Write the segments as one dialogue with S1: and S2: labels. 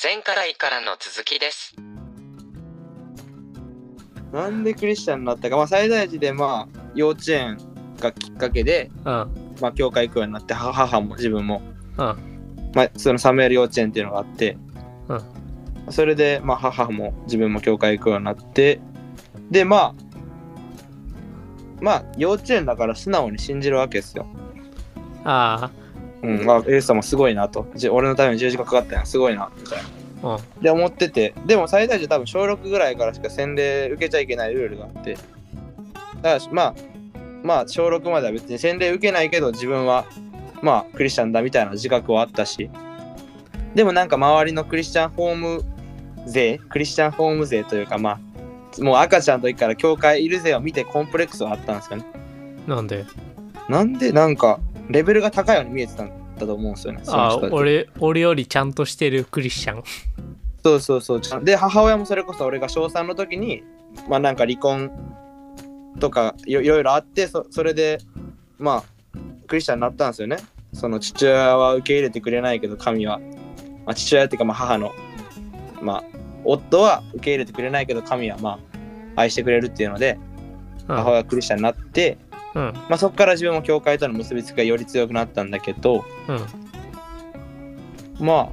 S1: 前回からの続きです。
S2: なんでクリスチャンになったか、まあ、最大寺でまあ幼稚園がきっかけで、
S3: うん。
S2: まあ、教会行くようになっては母も自分も、
S3: うん
S2: まあ、そのサムエル幼稚園っていうのがあって、
S3: うん
S2: それで、まあ、母も自分も教会行くようになってでまあまあ幼稚園だから素直に信じるわけですよ。
S3: あ
S2: うん、あイエス様すごいなと。じ俺のために十字架かかったやん、すごいな、みたいな。
S3: あ。うん。
S2: で思っててでも最大時多分小6ぐらいからしか洗礼受けちゃいけないルールがあってだからまあまあ小6までは別に洗礼受けないけど自分はまあクリスチャンだみたいな自覚はあったしでもなんか周りのクリスチャンホーム勢クリスチャンホーム勢というかまあもう赤ちゃんの時から教会いる勢を見てコンプレックスはあったんですよね
S3: なんで
S2: なんでなんかレベルが高いように見えてたんだと思うんですよねその
S3: ああ
S2: 人たち
S3: 俺俺よりちゃんとしてるクリスチャン
S2: そうそうそうちゃん。で、母親もそれこそ俺が小3の時に、まあなんか離婚とかいろいろいろあってそ、それで、まあ、クリスチャンになったんですよね。その父親は受け入れてくれないけど、神は。まあ、父親っていうか、まあ母の、まあ、夫は受け入れてくれないけど、神はまあ、愛してくれるっていうので、
S3: うん
S2: 母親がクリスチャンになって、
S3: うん
S2: まあそこから自分も教会との結びつきがより強くなったんだけど、
S3: うん
S2: まあ、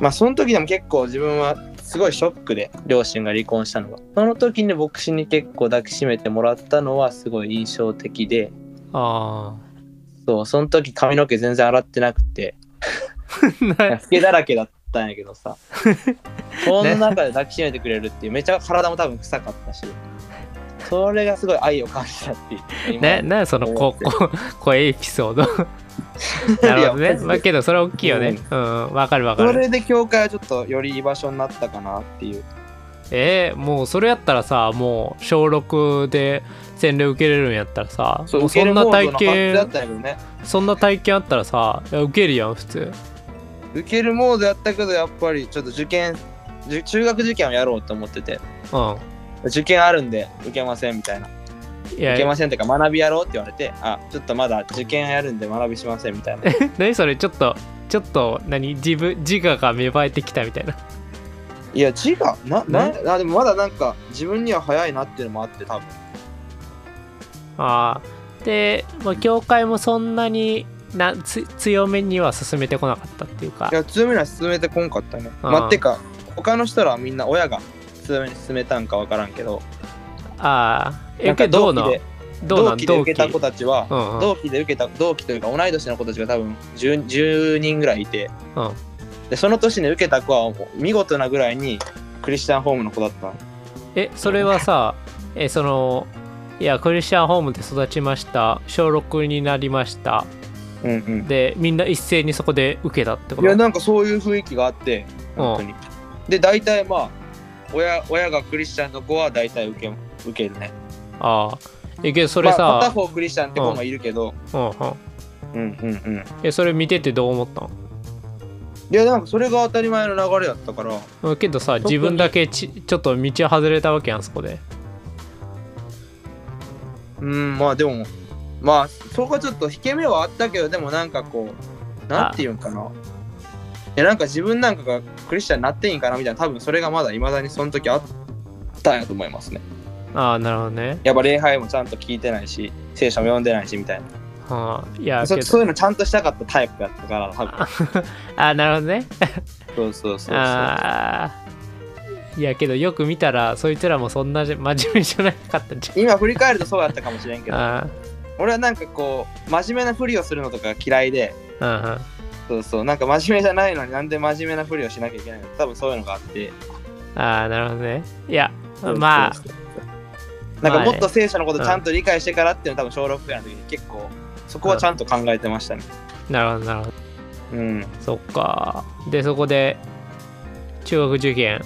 S2: まあその時でも結構自分はすごいショックで両親が離婚したのがその時に牧師に結構抱きしめてもらったのはすごい印象的で
S3: あ
S2: そうその時髪の毛全然洗ってなくて
S3: あ な
S2: 老けだらけだったんやけど さその中で抱きしめてくれるっていうめちゃ体も多分臭かったしそれがすごい愛を感じたっていう今
S3: ななそのここ 声エピソードなるほ
S2: い
S3: ど
S2: やマ
S3: ね
S2: ジで
S3: まあけどそれ大きいよねうんわかるわか
S2: そ
S3: る
S2: れで教会はちょっとより居場所になったかなっていう
S3: えー、もうそれやったらさもう小6で洗礼受けれるんやったらさもうそんな体
S2: 受けるモードの感じだっ
S3: 験
S2: たんやけどね
S3: そんな体験あったらさいや受けるやん普通
S2: 受けるモードやったけどやっぱりちょっと受験じゅ中学受験をやろうと思ってて
S3: う
S2: 受験あるんで受けませんみたいな、
S3: んいや
S2: 受けませんっていうか学びやろうって言われてあちょっとまだ受験やるんで学びしませんみたいな
S3: 何それちょっとちょっと何自分自我が芽生えてきたみたいない
S2: や字がなな、
S3: ね
S2: あでもまだなんか自分には早いなっていうのもあって多分
S3: ああで、まあ、教会もそんなになつ強めには進めてこなかったっていうか
S2: いや強めには進めてこんかったね
S3: あー
S2: まあってか他の人らはみんな親が強めに進めたんかわからんけど
S3: ああえ
S2: なんか
S3: けどどう
S2: 同期
S3: なん
S2: で
S3: どうな
S2: 同
S3: ん
S2: 期で
S3: 同
S2: 受
S3: 期
S2: けた子たちは、
S3: うんうん
S2: 同期で受けた同期というか同い年の子たちが多分 10, 10人ぐらいいて、
S3: うん
S2: でその年に受けた子はもう見事なぐらいにクリスチャンホームの子だったの
S3: えそれはさえそのいやクリスチャンホームで育ちました小6になりました
S2: うんうん
S3: でみんな一斉にそこで受けたってこ
S2: い
S3: と
S2: やなんかそういう雰囲気があって本当に、で大体まあ親親がクリスチャンの子は大体受け受けるね
S3: ああえけどそれ
S2: まあ、片
S3: さ、
S2: 方クリスチャンって子もいるけど、
S3: うんうん
S2: うん、うんうん
S3: えそれ見ててどう思ったの
S2: いやなんかそれが当たり前の流れだったから
S3: うんけどさ
S2: 特に
S3: 自分だけちちょっと道外れたわけやんそこで
S2: うんまあでもまあそこはちょっと引け目はあったけどでもなんかこうなんていうんかないやなんか自分なんかがクリスチャンになっていいんかなみたいな多分それがまだいまだにその時あったんやと思いますね
S3: ああなるほどね、
S2: やっぱ礼拝もちゃんと聞いてないし聖書も読んでないしみたい
S3: はあ、いや
S2: な
S3: け
S2: そ
S3: ど
S2: そういうのちゃんとしたかったタイプやったから多分
S3: あなるほどね
S2: そうそうそうそう
S3: ああいやけどよく見たらそいつらもそんなじ真面目じゃなかったんじ
S2: 今振り返るとそうやったかもしれんけど
S3: ゃん
S2: 俺はなんかこう真面目なふりをするのとかが嫌いで
S3: うんうんうん
S2: そうそうなんか真面目じゃないのになんで真面目なふりをしなきゃいけないの多分そういうのがあって
S3: ああなるほどねいやまあ
S2: なん
S3: まあ
S2: か
S3: ね
S2: もっと聖書のことちゃんと理解してからっていうのは多分小6ぐらいの時に結構そこはちゃんと考えてましたね。
S3: なるほどなるほど
S2: うん。
S3: そっかでそこで中学受験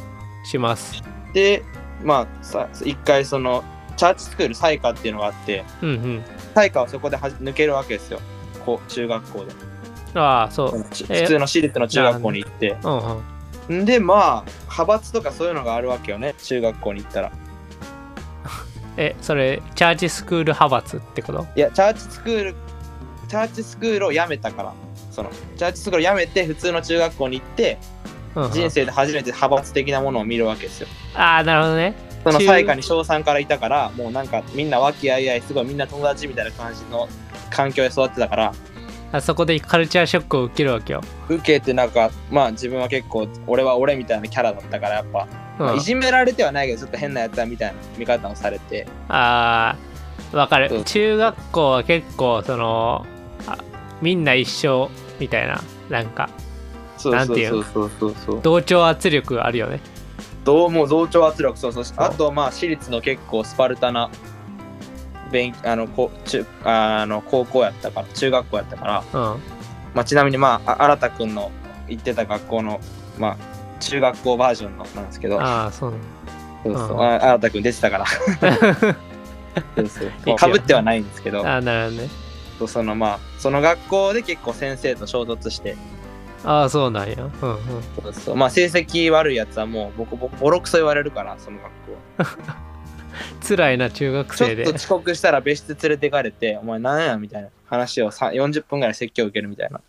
S3: します
S2: で、まあさ一回そのチャーチスクールサイカっていうのがあって、
S3: うんうん
S2: サイカはそこではじ抜けるわけですよ。こう中学校で。
S3: ああそう
S2: うんち普通の私立の中学校に行って。
S3: うんうん
S2: んで、まあ派閥とかそういうのがあるわけよね。中学校に行ったら。
S3: えそれチャーチスクール派閥ってこと
S2: いや、チャーチスクール、チャーチスクールを辞めたから。そのチャーチスクールやめて普通の中学校に行って
S3: うんうん
S2: 人生で初めて派閥的なものを見るわけですよ。
S3: ああなるほどね
S2: その
S3: 中
S2: 最下に小3からいたからもうなんかみんな和気あいあいすごいみんな友達みたいな感じの環境で育ってたから
S3: あそこでカルチャーショックを受けるわけよ、
S2: 受けてなんかまあ自分は結構俺は俺みたいなキャラだったからやっぱ、
S3: うん、
S2: まあい
S3: あ
S2: じめられてはないけどちょっと変なやつだみたいな見方をされて
S3: あーわか
S2: う
S3: る
S2: ん
S3: 中学校は結構そのあみんな一緒みたいななんか
S2: そう
S3: なん
S2: そ
S3: て
S2: う
S3: いう
S2: そうそうそうそう
S3: 同調圧力あるよね
S2: どうも増長圧力そうそうあとまあ私立の結構スパルタな勉あのこ中あの高校やったから中学校やったから
S3: うん
S2: まあ、ちなみに、まあ、あ新田君の行ってた学校の、まあ、中学校バージョンのなんですけど、
S3: ああそうなん
S2: そうそう
S3: うん
S2: あ新田君出てた から、そうそうかぶってはないんですけど
S3: だあーなるほどね
S2: そうそのまあその学校で結構先生と衝突して
S3: ああそうなんやうんうん
S2: そうそう、まあ、成績悪いやつはもうボコボコボロクソ言われるからその学校
S3: 辛いな中学
S2: ち
S3: 生
S2: ょっ
S3: で
S2: と遅刻したら別室連れてかれて「お前なんや?」みたいな話をさ40分ぐらい説教受けるみたいな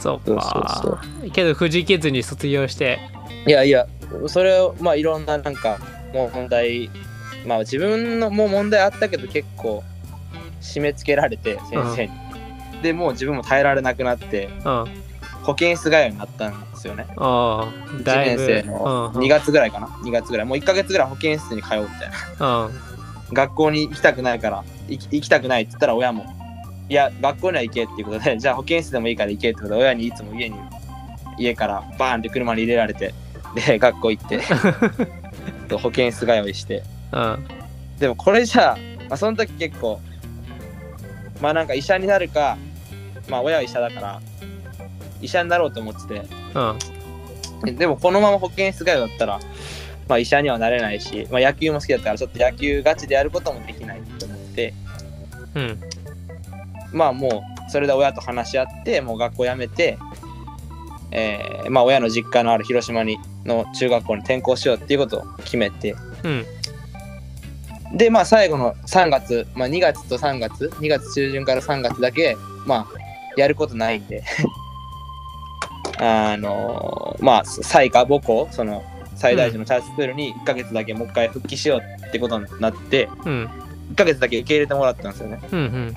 S3: そうか
S2: そうそう
S3: けどくじけずに卒業して
S2: いやいやそれをまあいろんななんかもう問題まあ自分のもう問題あったけど結構締め付けられて先生に、でもう自分も耐えられなくなって
S3: うんあ
S2: 保健室通いになったんですよね
S3: あ
S2: 1
S3: だ
S2: 年
S3: いぶ
S2: 生の
S3: うんうん
S2: 2月ぐらいかな2月ぐらいもう1ヶ月ぐらい保健室に通うみたいな
S3: うん
S2: 学校に行きたくないから行き行きたくないって言ったら親もいや学校には行けっていうことで じゃあ保健室でもいいから行けってことで親にいつも家に家からバーンって車に入れられてで学校行ってと保健室通いして
S3: うん
S2: でもこれじゃあ、まあ、その時結構まあなんか医者になるかまあ親は医者だから医者になろうと思って
S3: うん
S2: てでもこのまま保健室通いだったらまあ医者にはなれないし、まあ、野球も好きだったからちょっと野球ガチでやることもできないと思って
S3: うん
S2: まあもうそれで親と話し合ってもう学校辞めて、えーまあ、親の実家のある広島にの中学校に転校しようっていうことを決めて
S3: うん
S2: でまあ最後の3月、まあ、2月と3月2月中旬から3月だけまあやることないんで あのーまあ最下母校その最大時のチャーチスクールに1ヶ月だけもう一回復帰しようってことになって
S3: うん
S2: 1ヶ月だけ受け入れてもらったんですよね。
S3: うん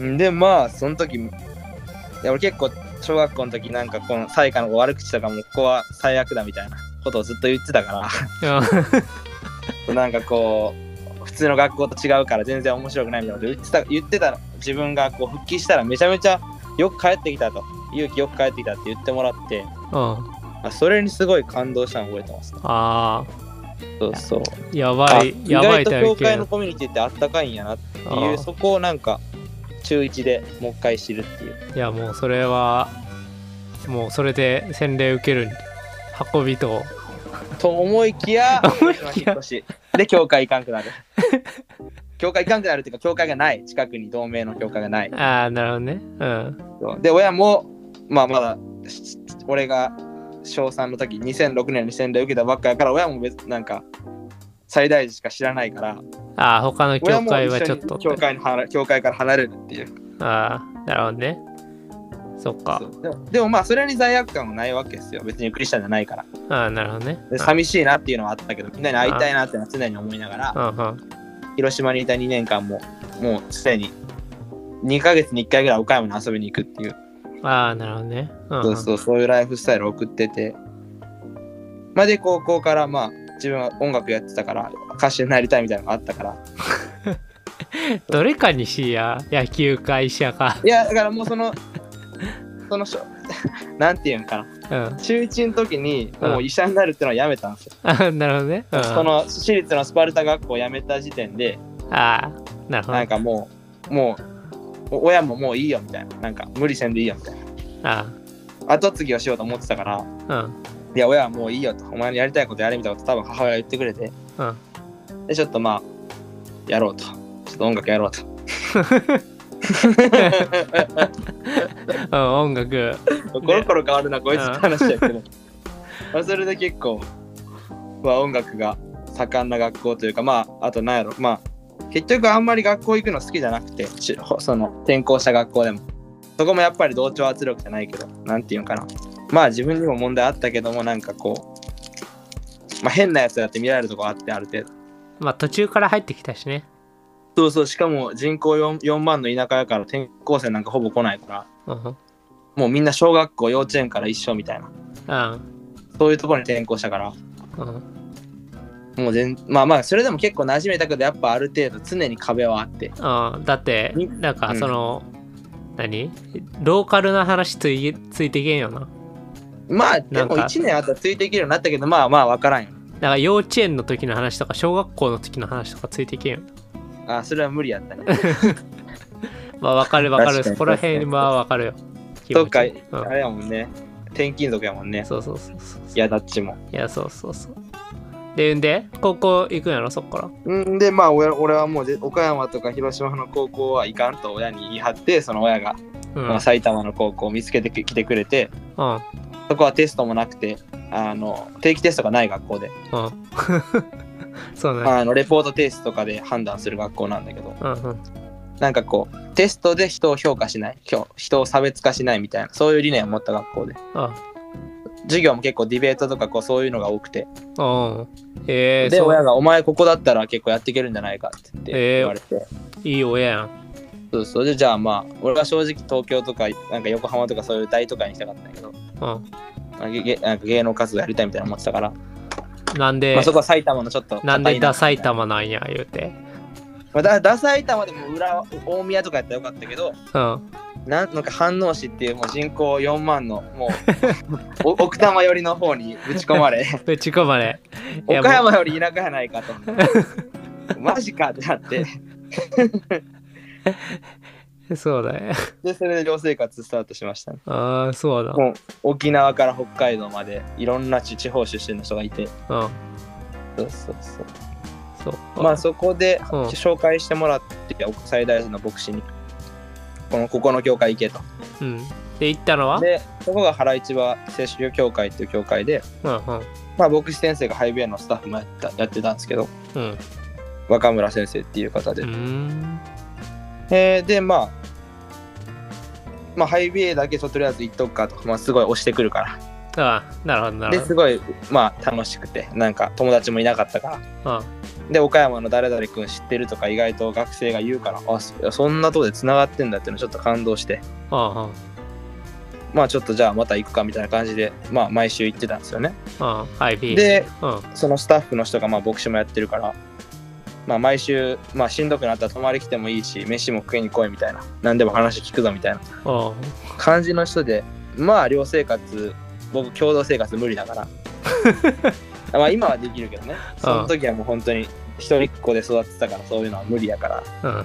S3: うん
S2: でまあその時いや俺結構小学校の時なんかこの才加の悪口とかもここは最悪だみたいなことをずっと言ってたか
S3: う
S2: ら
S3: ん
S2: なんかこう普通の学校と違うから全然面白くないみたいなこと言ってた言ってた自分がこう復帰したらめちゃめちゃよく帰ってきたと勇気よく帰ってきたって言ってもらって
S3: うん
S2: あそれにすごい感動したの覚えてますね
S3: ああ
S2: そうそう
S3: やばい
S2: あ
S3: やば
S2: 意外
S3: い体
S2: と教会の
S3: 験
S2: コミュニティってあったかいんやなっていうそこをなんか中1でもう一回知るっていう
S3: いやもうそれはもうそれで洗礼受ける運びと
S2: と思いき や
S3: 思いきや
S2: 引っ越しで教会行かんくなる教会行かんくなるっていうか教会がない近くに同盟の教会がない
S3: ああなるほどねうん
S2: そうで親もまあまだし俺が小3の時2006年に洗礼受けたばっかやから親も別なんか最大時しか知らないから
S3: ああ他の
S2: 親
S3: 教
S2: も
S3: 会は
S2: 一
S3: ち
S2: 緒
S3: ょっと
S2: に教会の離れ教会から離れるっていう
S3: ああなるほどねそっか
S2: そうでもでもまあそれに罪悪感はないわけですよ別にクリスチャンじゃないから
S3: ああなるほどね
S2: で寂しいなっていうのはあったけどみんなに会いたいなっていうのは常に思いながら
S3: うんうん
S2: 広島にいた2年間ももうすでに2ヶ月に1回ぐらい岡山に遊びに行くっていう
S3: ああなるほどねうん
S2: そうそうそういうライフスタイルを送っててまあで高校からまあ自分は音楽やってたから歌手になりたいみたいなのがあったから
S3: どれかにしや野球か医者か
S2: いやだからもうそ のそのしょなんていうんかな
S3: うん
S2: 中1の時にもう医者になるってのはやめたんですよ、
S3: ああなるほどねうん
S2: その私立のスパルタ学校を辞めた時点で
S3: ああなるほど
S2: なんかもうもうお親ももういいよみたいななんか無理せんでいいよみたいな
S3: あ
S2: 後継ぎをしようと思ってたから
S3: あうん
S2: いや、親はもういいよと、お前のやりたいことやれみたいなこと多分母親が言ってくれて、
S3: うん
S2: で、ちょっとまあ、やろうと。ちょっと音楽やろうと。
S3: うん音楽
S2: コロコロ変わるな、こいつって話やけど。まあそれで結構、まあ音楽が盛んな学校というか、まあ、あとなんやろ、まあ、結局あんまり学校行くの好きじゃなくて、ちほその転校した学校でも。そこもやっぱり同調圧力じゃないけど、なんていうのかな。まあ自分にも問題あったけども、なんかこう、まあ変なやつだって見られるとこあって、ある程度。
S3: まあ途中から入ってきたしね。
S2: そうそう、しかも人口 4, 4万の田舎やから転校生なんかほぼ来ないから、
S3: うん。うん。
S2: もうみんな小学校、幼稚園から一緒みたいな、そういうところに転校したから、
S3: うん。
S2: もう全、まあまあ、それでも結構馴染めたけど、やっぱある程度常に壁はあって。
S3: うん。だって
S2: み、
S3: なんか
S2: うん
S3: その、何ローカルな話ついついていけんよな。
S2: まあ、で
S3: なん
S2: も
S3: か
S2: 1年あったらついていけるようになったけど、まあまあ分からんよ。
S3: だから幼稚園の時の話とか小学校の時の話とかついていけんよ。
S2: あ、それは無理やったね。
S3: まあわかるわかる。
S2: 確かに
S3: そこら辺はわかるよ。
S2: とか、
S3: 気持ちう
S2: あ
S3: ん
S2: れやもんね。転勤族やもんね。
S3: そうそうそうそう。
S2: いや、だっちも。
S3: いや、そうそうそう。で、んで、高校行くんやろ、そっから。
S2: んで、まあ、俺俺はもうぜ岡山とか広島の高校はいかんと親に言い張って、その親が、
S3: うん。
S2: まあ、埼玉の高校を見つけてき来てくれて、
S3: うん。
S2: そこはテストもなくて、あの定期テストがない学校で、
S3: うん。 そうね。
S2: あのレポートテストとかで判断する学校なんだけど、
S3: うんうん。
S2: なんかこう、テストで人を評価しない、ひょ人を差別化しないみたいな、そういう理念を持った学校で。授業も結構ディベートとかこうそういうのが多くて、
S3: うん。うん。えー、
S2: で
S3: そう
S2: 親が「お前ここだったら結構やっていけるんじゃないか」って言って
S3: えー
S2: 言われて、
S3: いい親やん。
S2: そうそうでじゃあまあ俺は正直東京とかなんか横浜とかそういう大都会にしたかったんだけど
S3: う
S2: あげげなんか芸能活動やりたいみたいな思ってたから、
S3: ん。なんで、
S2: まあ、そこは埼玉のちょっと
S3: なんでダ埼
S2: 玉、
S3: 玉なんや、言うて。
S2: まあ、だダサ埼玉でも裏大宮とかやったらよかったけど
S3: うん。
S2: なんなんか飯能市っていうもう人口4万のもう お奥多摩寄りの方にぶち込まれ
S3: ぶち込まれ。いや
S2: 岡山より田舎やないかとマジかってなって
S3: そうだね。
S2: でそれで寮生活スタートしましたね
S3: ああ、そうだ。
S2: もう沖縄から北海道までいろんな地地方出身の人がいて
S3: うん。
S2: そうそうそう
S3: そうか。
S2: まあそこで
S3: うん
S2: 紹介してもらって最大の牧師にこのここの教会行けと
S3: うん。で、行ったのは
S2: でそこが原市場聖書教会っていう教会で、
S3: うんうん。
S2: まあ、牧師先生がハイビアのスタッフもやったやってたんですけど
S3: うん。
S2: 若村先生っていう方で、
S3: うーん。
S2: えーでまあまあ、ハイビエだけととりあえず行っとくかと、まあ、すごい押してくるか
S3: ああ、なるほど、な
S2: ら
S3: る
S2: で
S3: ほ
S2: すごい、まあ、楽しくてなんか友達もいなかったから
S3: ど。
S2: で岡山の誰々君知ってるとか意外と学生が言うからあそそんなとこでつながってんだっていうのちょっと感動して
S3: うん。うんうん。
S2: まあちょっとじゃあまた行くかみたいな感じでまあ毎週行ってたんですよね
S3: うん。IB。
S2: で
S3: うん。
S2: そのスタッフの人がまあ牧師もやってるからまあ毎週まあしんどくなったら泊まり来てもいいし飯も食いに来いみたいな何でも話聞くぞみたいな
S3: うん。
S2: 感じの人でまあ寮生活僕共同生活無理だからまあ今はできるけどねその時はもう本当に一人っ子で育ってたからそういうのは無理やから
S3: うん。
S2: あ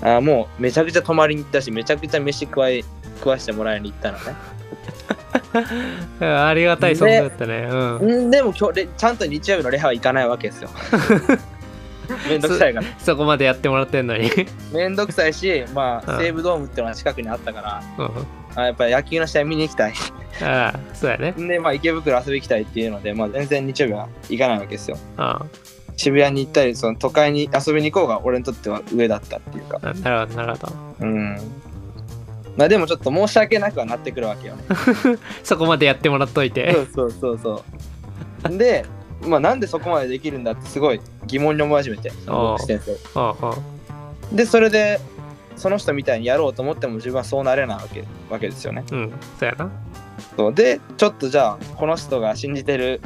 S2: ーもうめちゃくちゃ泊まりに行ったしめちゃくちゃ飯食わい食わしてもらいに行ったの
S3: うんありがたい存在だったね。うん。
S2: ねんでも今日レちゃんと日曜日のレハは行かないわけですよめんどくさいから
S3: そこまでやってもらってんのに。
S2: めんどくさいしま
S3: う
S2: あ
S3: ん
S2: 西武ドームっていうのは近くにあったから
S3: うん。
S2: あーやっぱり野球の試合見に行きたい
S3: ああ、そうやね。
S2: んでまあ池袋遊びに行きたいっていうので、まあ、全然日曜日は行かないわけですよ
S3: うん。
S2: 渋谷に行ったりその都会に遊びに行こうが俺にとっては上だったっていうか
S3: うんなるほど、なるほど。
S2: うんまあでもちょっと申し訳なくはなってくるわけ よね
S3: そこまでやってもらっとい
S2: そ
S3: て。
S2: うそうそうそう。で、まあ、なんでそこまでできるんだってすごい疑問に思い始めて、その牧師先生。
S3: うんうん。
S2: で、それで、その人みたいにやろうと思っても自分はそうなれないわけわけですよね。
S3: うん。そうやな。
S2: そうで、ちょっとじゃあ、この人が信じてる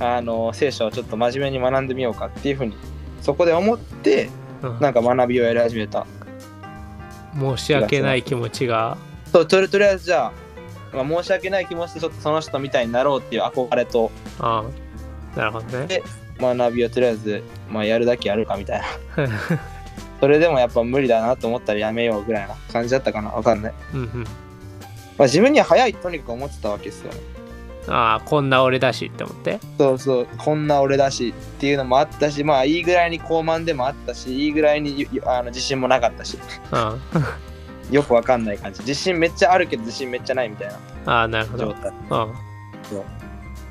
S2: あの聖書をちょっと真面目に学んでみようかっていうふうに、そこで思って、
S3: うん
S2: なんか学びをやり始めた。
S3: 申し訳ない気持ちが。
S2: そうとりとりあえずじゃあ、まあ、申し訳ない気持ちでちょっとその人みたいになろうっていう憧れと
S3: うん。なるほどね。
S2: で学びをとりあえず、まあ、やるだけやるかみたいな。それでもやっぱ無理だなと思ったらやめようぐらいな感じだったかなわかんない、
S3: うんうん。
S2: まあ、自分には早いとにかく思ってたわけですよね
S3: ああ、こんな俺だしって思って。
S2: そうそうこんな俺だしっていうのもあったしまあいいぐらいに高慢でもあったしいいぐらいにゆゆあの自信もなかったし
S3: うん。あ
S2: よくわかんない感じ自信めっちゃあるけど自信めっちゃないみたいな
S3: あ、なるほ
S2: 状
S3: ど。
S2: 態
S3: うん。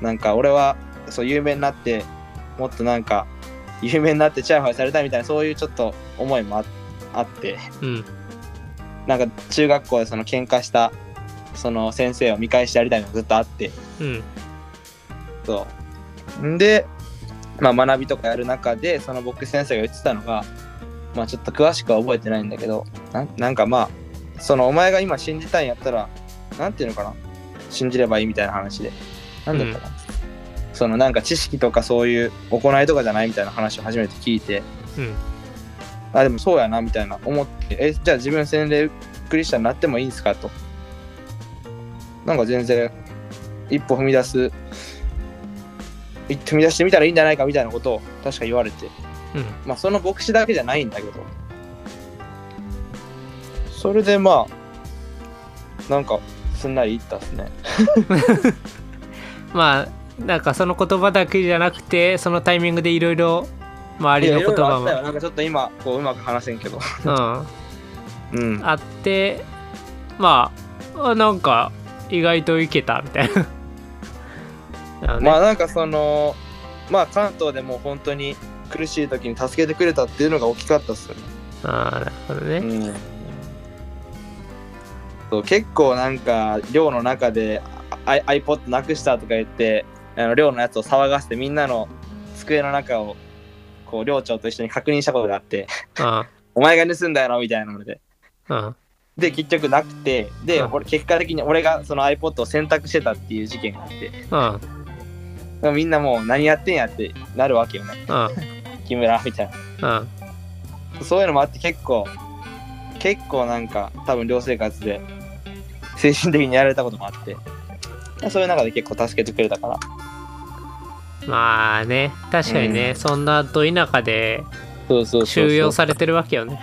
S2: なんか俺はそう有名になってもっとなんか有名になってチヤホヤされたいみたいなそういうちょっと思いもああって
S3: うん。
S2: なんか中学校でその喧嘩したその先生を見返してやりたいのがずっとあって
S3: うん
S2: とんで、まあ、学びとかやる中でその僕先生が言ってたのが、まあ、ちょっと詳しくは覚えてないんだけどなんなんかまあそのお前が今信じたいんやったらなんていうのかな信じればいいみたいな話でなんだったかな、そのなんか知識とかそういう行いとかじゃないみたいな話を初めて聞いて
S3: うん
S2: あでもそうやなみたいな思ってえじゃあ自分洗礼クリスチャンになってもいいんですかとなんか全然一歩踏み出す一歩踏み出してみたらいいんじゃないかみたいなことを確か言われて
S3: うん
S2: まあその牧師だけじゃないんだけどそれでまあなんかすんなりいったっすね
S3: まあなんかその言葉だけじゃなくてそのタイミングでいろいろ周りの
S2: いや
S3: 言
S2: いろいろあった
S3: 葉
S2: よなんかちょっと今こううまく話せんけど
S3: も、
S2: うん
S3: うん、あってまああなんか意外といけたみたい ななのね
S2: まあなんかそのまあ関東でもう本当に苦しい時に助けてくれたっていうのが大きかったっすよね。
S3: あーなるほどね、
S2: うん、そう結構なんか寮の中であ i- iPod なくしたとか言ってあの寮のやつを騒がせてみんなの机の中をこう寮長と一緒に確認したことがあって
S3: あ
S2: 「お前が盗んだやろ」みたいなので。
S3: あ
S2: で結局なくてで
S3: うん
S2: 俺結果的に俺がその iPod を選択してたっていう事件があって
S3: あ
S2: みんなもう何やってんやってなるわけよね
S3: あ
S2: 木村みたいな。
S3: あ
S2: そういうのもあって結構結構なんか多分寮生活で精神的にやられたこともあってそういう中で結構助けてくれたから
S3: まあね確かにね、そんなど田舎で
S2: そうそうそうそう
S3: 収容されてるわけよね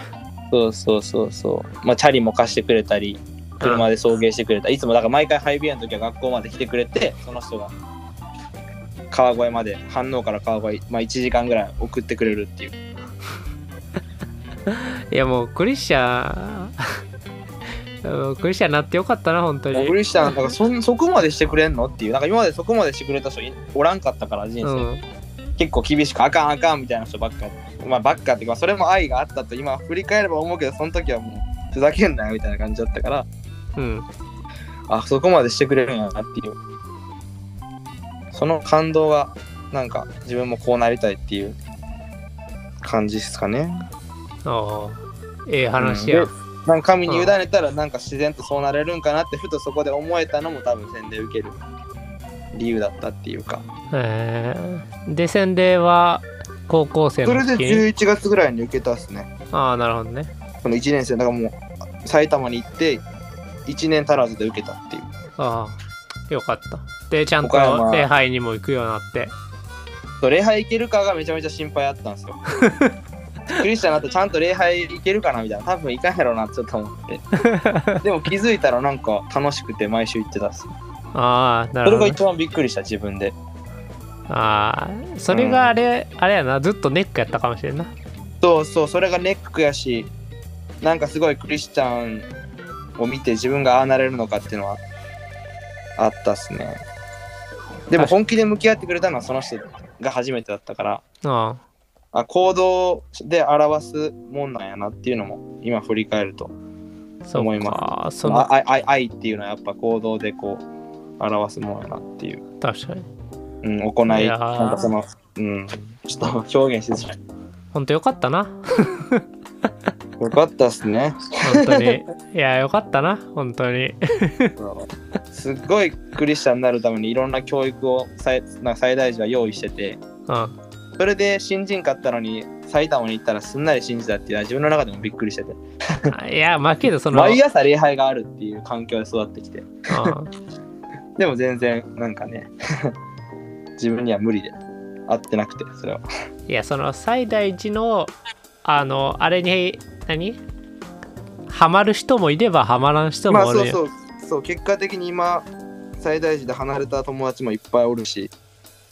S2: そうそうそうそうまあチャリも貸してくれたり車で送迎してくれたいつもだから毎回ハイビアの時は学校まで来てくれてその人が川越まで飯能から川越まあ1時間ぐらい送ってくれるっていう
S3: いやもうクリスチャ ンうんクリスチャンになってよかったな本当に
S2: クリスチャンなんかそんそこまでしてくれんのっていうなんか今までそこまでしてくれた人いおらんかったから人生、
S3: うん
S2: 結構厳しくあかんあかんみたいな人ばっかまあばっかっていうかそれも愛があったと今振り返れば思うけどその時はもうふざけんなよみたいな感じだったから
S3: うん
S2: あそこまでしてくれるんやなっていうその感動がなんか自分もこうなりたいっていう感じですかね
S3: ああええ話や、
S2: うんなんか神に委ねたらなんか自然とそうなれるんかなってふとそこで思えたのも多分洗礼受ける理由だったっていうか
S3: えーで洗礼は高校生
S2: それ
S3: の
S2: で
S3: 時に
S2: 11月ぐらいに受けたっすね
S3: ああなるほどね
S2: その1年生だからもう埼玉に行って1年足らずで受けたっていう
S3: ああよかったでちゃん
S2: 岡山
S3: と礼拝にも行くようになって
S2: そう礼拝行けるかがめちゃめちゃ心配あったんです よクリスチャンになってちゃんと礼拝行けるかなみたいな多分行かんやろうなちょっと思 ってでも気づいたらなんか楽しくて毎週行ってたっす
S3: ああな
S2: それ
S3: るほど
S2: が
S3: ね、
S2: 一番びっくりした自分で
S3: ああそれがあれ、あれやなずっとネックやったかもしれんな
S2: そうそうそれがネックやしなんかすごいクリスチャンを見て自分がああなれるのかっていうのはあったっすねでも本気で向き合ってくれたのはその人が初めてだったから
S3: あ
S2: あ行動で表すもんなんやなっていうのも今振り返ると
S3: あそ
S2: 思
S3: う
S2: い
S3: かその
S2: ああ愛愛っていうのはやっぱ行動でこう表すもんやなっていう、
S3: 確かに
S2: うん、行い
S3: いやー
S2: なんかその、うん、ちょっと表現してしまい
S3: ほんとよかったな
S2: よかったっす ね
S3: 本当 にいやよかったな本当に
S2: すっごいクリスチャンになるためにいろんな教育を最なんか最大時は用意してて
S3: うん
S2: それで新人買ったのに埼玉に行ったらすんなり信じたっていうのは自分の中でもびっくりしてて
S3: いやまあけどその
S2: 毎朝礼拝があるっていう環境で育ってきて
S3: うん
S2: でも全然なんかね 自分には無理で合ってなくてそれはい
S3: やその最大寺のあのあれに何ハマる人もいればハマらん人
S2: まあ
S3: もお
S2: そう
S3: るよ、
S2: そうそう結果的に今最大時で離れた友達もいっぱいおるし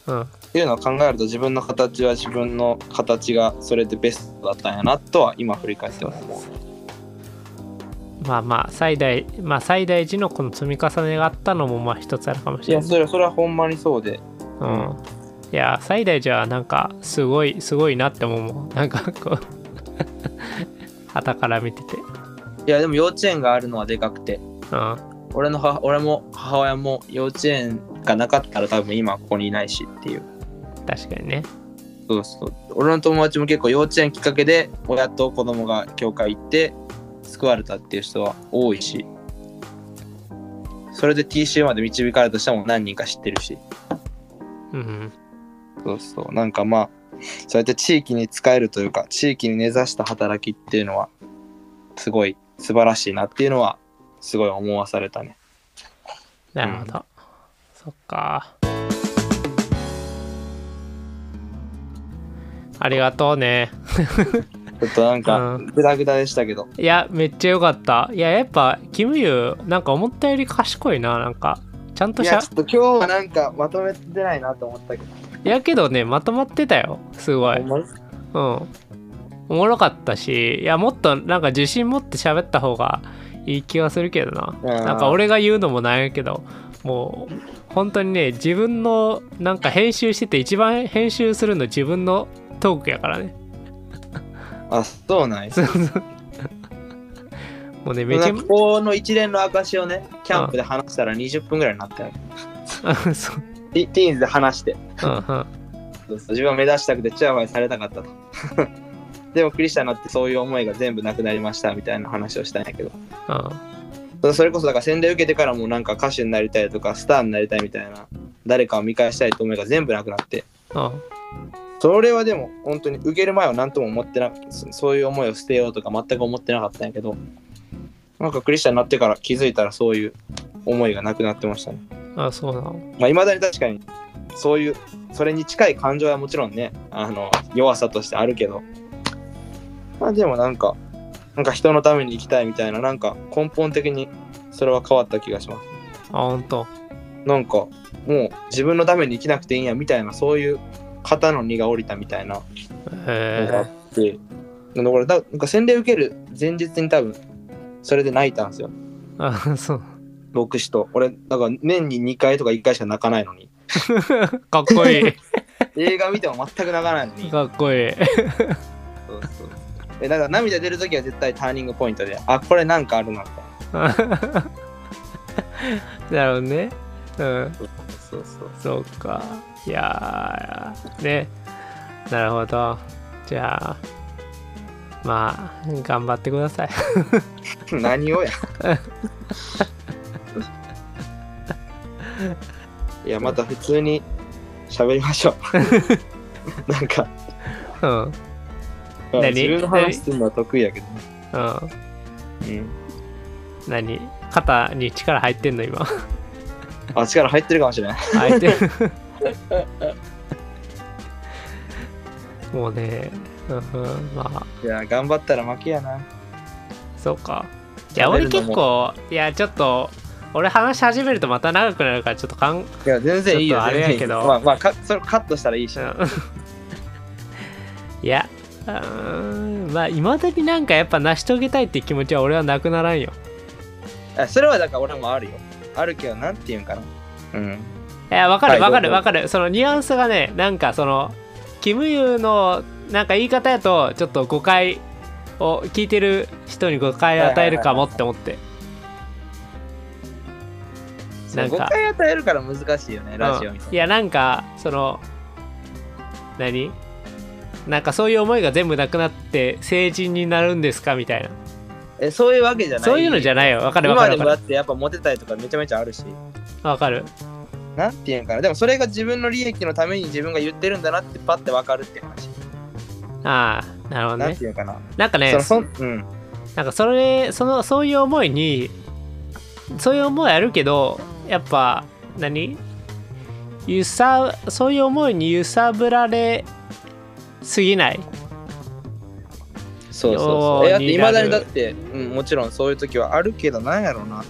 S2: っていうのを考えると自分の形は自分の形がそれでベストだったんやなとは今振り返ってます
S3: うん、まあまあ最大まあ最大寺のこの積み重ねがあったのもまあ一つあるかもし
S2: い
S3: れ
S2: や
S3: ない
S2: それはそれはほんまにそうで
S3: うんいや最大寺はなんかすご いすごいなって思うもんなんかこう旗から見てて
S2: いやでも幼稚園があるのはでかくて
S3: うん
S2: 俺の母俺も母親も幼稚園がなかったら多分今ここにいないしっていう
S3: 確かにね
S2: そうそう俺の友達も結構幼稚園きっかけで親と子供が教会行って救われたっていう人は多いしそれで TCU まで導かれた人も何人か知ってるし
S3: うん
S2: そうそうなんかまあそうやって地域に使えるというか地域に根ざした働きっていうのはすごい素晴らしいなっていうのはすごい思わされたね
S3: なるほど、そっかありがとうね
S2: ちょっとなん
S3: う
S2: か
S3: ん
S2: グダグダでしたけど
S3: いやめっちゃよかったいややっぱキムユなんか思ったより賢いななんかちゃんと
S2: い
S3: しゃ
S2: やちょっと今日はなんかまとめてないなと思ったけど
S3: いやけどねまとまってたよすごい
S2: ほんまに
S3: うんおもろかったしいやもっとなんか自信持って喋った方がいい気はするけどな
S2: うん
S3: なんか俺が言うのもなんやけどもう本当にね自分のなんか編集してて一番編集するの自分のトークやからね
S2: あそうなん や
S3: そうそうもうねめち
S2: な
S3: ゃ
S2: んかこの一連の証をねキャンプで話したら20分ぐらいになったよ
S3: あそう
S2: ティティーンズで話して
S3: うんうん
S2: そうそう自分は目指したくてチヤホヤされたかったと でもクリスチャンになってそういう思いが全部なくなりましたみたいな話をしたんやけど
S3: うん
S2: そうそれこそだから洗礼受けてからもなんか歌手になりたいとかスターになりたいみたいな誰かを見返したいと思いが全部なくなって
S3: うん
S2: それはでも本当に受ける前は何とも思ってなくてそそういう思いを捨てようとか全く思ってなかったんやけどなんかクリスチャンになってから気づいたらそういう思いがなくなってましたね
S3: あそうなの
S2: まあ、未だに確かにそういうそれに近い感情はもちろんねあの弱さとしてあるけどまあでもなんかなんか人のために生きたいみたいななんか根本的にそれは変わった気がします
S3: あ本当
S2: なんかもう自分のために生きなくていいんやみたいなそういう肩の荷が下りたみたいなのがあっ
S3: へ
S2: て、なんか俺だなんか洗礼受ける前日に多分それで泣いたんですよ
S3: えあそう
S2: 牧師と俺だから年に2回とか1回しか泣かないのに
S3: かっこい
S2: 映画見ても全く泣かないのに
S3: いかっこいい
S2: そうそうえだから涙出るときは絶対ターニングポイントであこれなんかあるなみたいな
S3: なるほどね。うん、
S2: そうそう
S3: そうか。いやー、ね。なるほど。じゃあ、まあ、頑張ってください。
S2: そう 何をやいやまた普通に喋りましょ うなんか
S3: うん、うん。何
S2: 自分の話するのは得意やけどね、うん
S3: 何肩に力入ってんの今。
S2: あ力入ってるかもしれない
S3: 入ってる。もうね、うんうん、まあ、
S2: いや頑張ったら負けやな
S3: そうか。いや、俺結構、いや、ちょっと、俺話し始めるとまた長くなるから、ちょっとかん
S2: いや全然いい
S3: ちょ
S2: よ
S3: っとあれ
S2: 全
S3: や
S2: 然いい
S3: けど
S2: まあまあかそれカットしたらいいし、
S3: うんいや、うーん、まあ、いまだになんかやっぱ成し遂げたいって気持ちは俺はなくならんよ。
S2: あそれはだから俺もあるよあるけどなんていうんかなうん
S3: いや、わか
S2: は
S3: る
S2: い
S3: わかる
S2: どうぞ
S3: わかる。そのニュアンスがね、なんかその、キムユのなんか言い方やと、ちょっと誤解を聞いてる人に誤解与えるかもって思って。
S2: そう
S3: なんか
S2: 誤解与えるから難しいよね、ラジオみた
S3: う
S2: い
S3: ん
S2: な。
S3: いや、なんか、その、何なんかそういう思いが全部なくなって成人になるんですかみたいな。
S2: えそういうわけじゃない。
S3: そういうのじゃないよ。わかるわか
S2: 今
S3: る
S2: でも
S3: わ
S2: だ
S3: か
S2: ってやっぱモテたいとかめちゃめちゃあるし、
S3: る。わかる。
S2: なんていうんかな、でもそれが自分の利益のために自分が言ってるんだなってパッてわかるって話。
S3: ああ、なるほど
S2: なん
S3: ね
S2: て。いうんかな。
S3: なんかね
S2: そ、のそんうん、
S3: なんかそれそのそういう思いにそういう思いあるけどやっぱ何揺さそういう思いに揺さぶられすぎない
S2: そうそう
S3: よ
S2: そうう。えだって
S3: に
S2: い
S3: なる
S2: まだにだって、うん、もちろんそういう時はあるけど、なんやろうな。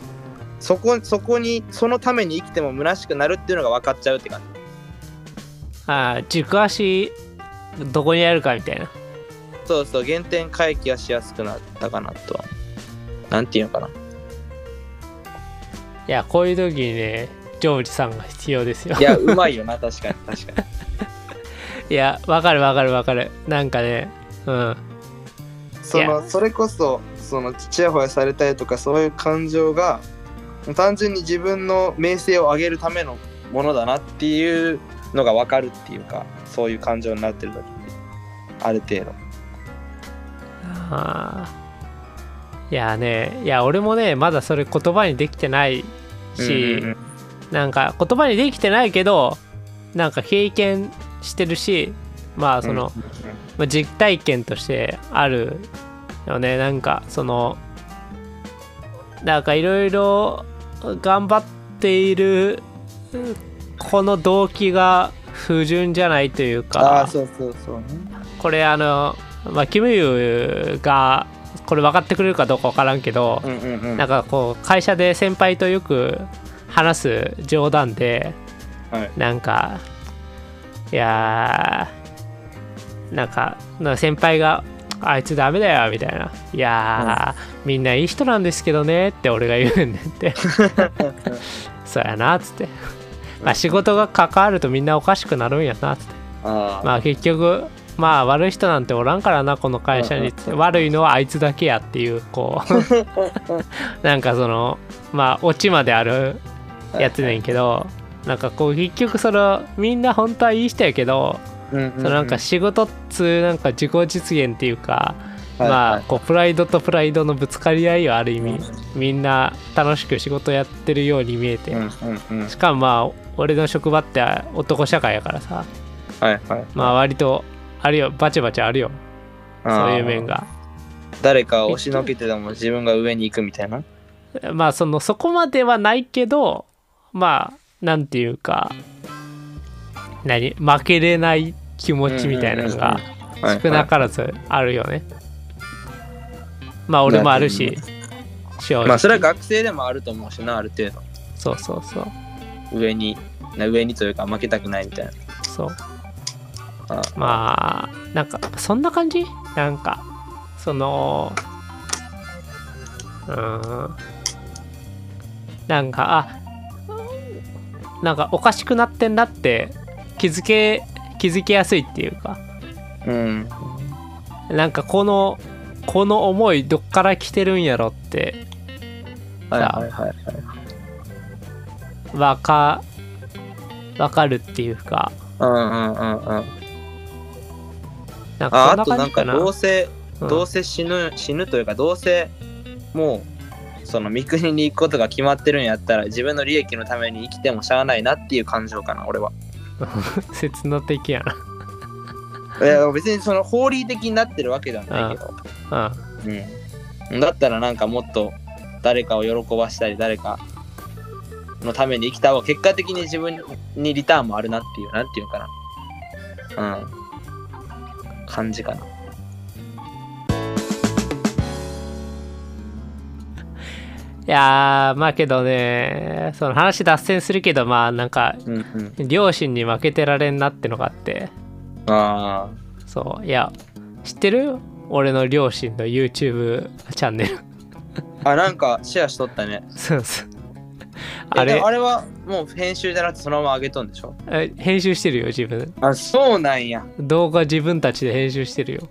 S2: そこそこにそのために生きても虚しくなるっていうのが分かっちゃうって感じ
S3: あー軸足どこにあるかみたいな
S2: そうそう原点回帰はしやすくなったかなとはなんていうのかない
S3: やこういう時にねジョージさんが必要ですよ
S2: いやうまいよな確かに確かに
S3: いやわかるわかるわかるなんかねうん
S2: そのそれこそそのちやほやされたりとかそういう感情が単純に自分の名声を上げるためのものだなっていうのが分かるっていうかそういう感情になってる時ってある程度
S3: あーいやねいや俺もねまだそれ言葉にできてないし、
S2: うんうんうん
S3: なんか言葉にできてないけどなんか経験してるしまあその、まあ実体験としてあるよねなんかそのなんかいろいろ頑張っているこの動機が不純じゃないという
S2: ああ
S3: か
S2: そうそうそうね
S3: これあの、まあ、キムユがこれ分かってくれるかどうか分からんけど、
S2: うんうんうん
S3: なんかこう会社で先輩とよく話す冗談で、
S2: はい
S3: なんかいやーなんかな先輩が「あいつダメだよ」みたいな「いやー、みんないい人なんですけどね」って俺が言うんでって そうやなっつってまあ仕事が関わるとみんなおかしくなるんやなっつって
S2: あ
S3: まあ結局まあ悪い人なんておらんからなこの会社
S2: う
S3: にっ
S2: ん
S3: て悪いのはあいつだけやっていうこ うなんかそのまあオチまである
S2: あ
S3: やつねんけどなんかこう結局そのみんな本当はいい人やけど
S2: うんうんう
S3: そのなんか仕事っつうなんか自己実現っていうか
S2: はい
S3: ま
S2: は
S3: あ
S2: い
S3: こうプライドとプライドのぶつかり合いはある意味みんな楽しく仕事やってるように見えて
S2: うんうんうん
S3: しかもまあ俺の職場って男社会やからさ
S2: はいはい
S3: まあ割とあるよバチバチあるよ
S2: あ
S3: そ
S2: ー
S3: ういう面が
S2: 誰かを押しのけてでも自分が上に行くみたいな
S3: まあそのそこまではないけどまあなんていうか何負けれない気持ちみたいなのが少なからずあるよねまあ俺もあるし正直
S2: まあそれは学生でもあると思うしなある程度
S3: そうそうそう
S2: 上にな上にというか負けたくないみたいな
S3: そう
S2: あ
S3: まあなんかそんな感じなんかそのうーんなんかあなんかおかしくなってんなって気づけ気づきやすいっていうか
S2: うん
S3: なんかこのこの思いどっから来てるんやろって
S2: はいはいはいはい
S3: わかわかるっていうか
S2: うんうんうんうん
S3: なん
S2: あ
S3: かそん
S2: あ
S3: な
S2: と
S3: 感
S2: な
S3: じ
S2: ん
S3: か
S2: か
S3: な
S2: どうせ
S3: うん
S2: どうせ死ぬ死ぬというかどうせもうその三国に行くことが決まってるんやったら自分の利益のために生きてもしゃあないなっていう感情かな俺は
S3: 切な的や
S2: いや別にその法理的になってるわけではないけど
S3: なうん
S2: うん、だったらなんかもっと誰かを喜ばしたり誰かのために生きた方が結果的に自分にリターンもあるなっていうなんていうかなうん感じかな
S3: いやーまあけどねその話脱線するけどまあなんか
S2: うんうん
S3: 両親に負けてられんなってのがあって
S2: あ
S3: そういや知ってる俺の両親の YouTube チャンネル
S2: ーあなんかシェアしとったね
S3: そうそう
S2: え
S3: あ
S2: で
S3: れ
S2: もあれはもう編集じゃなくてそのまま上げとんでしょ
S3: え編集してるよ自分
S2: あそうなんや
S3: 動画自分たちで編集してるよ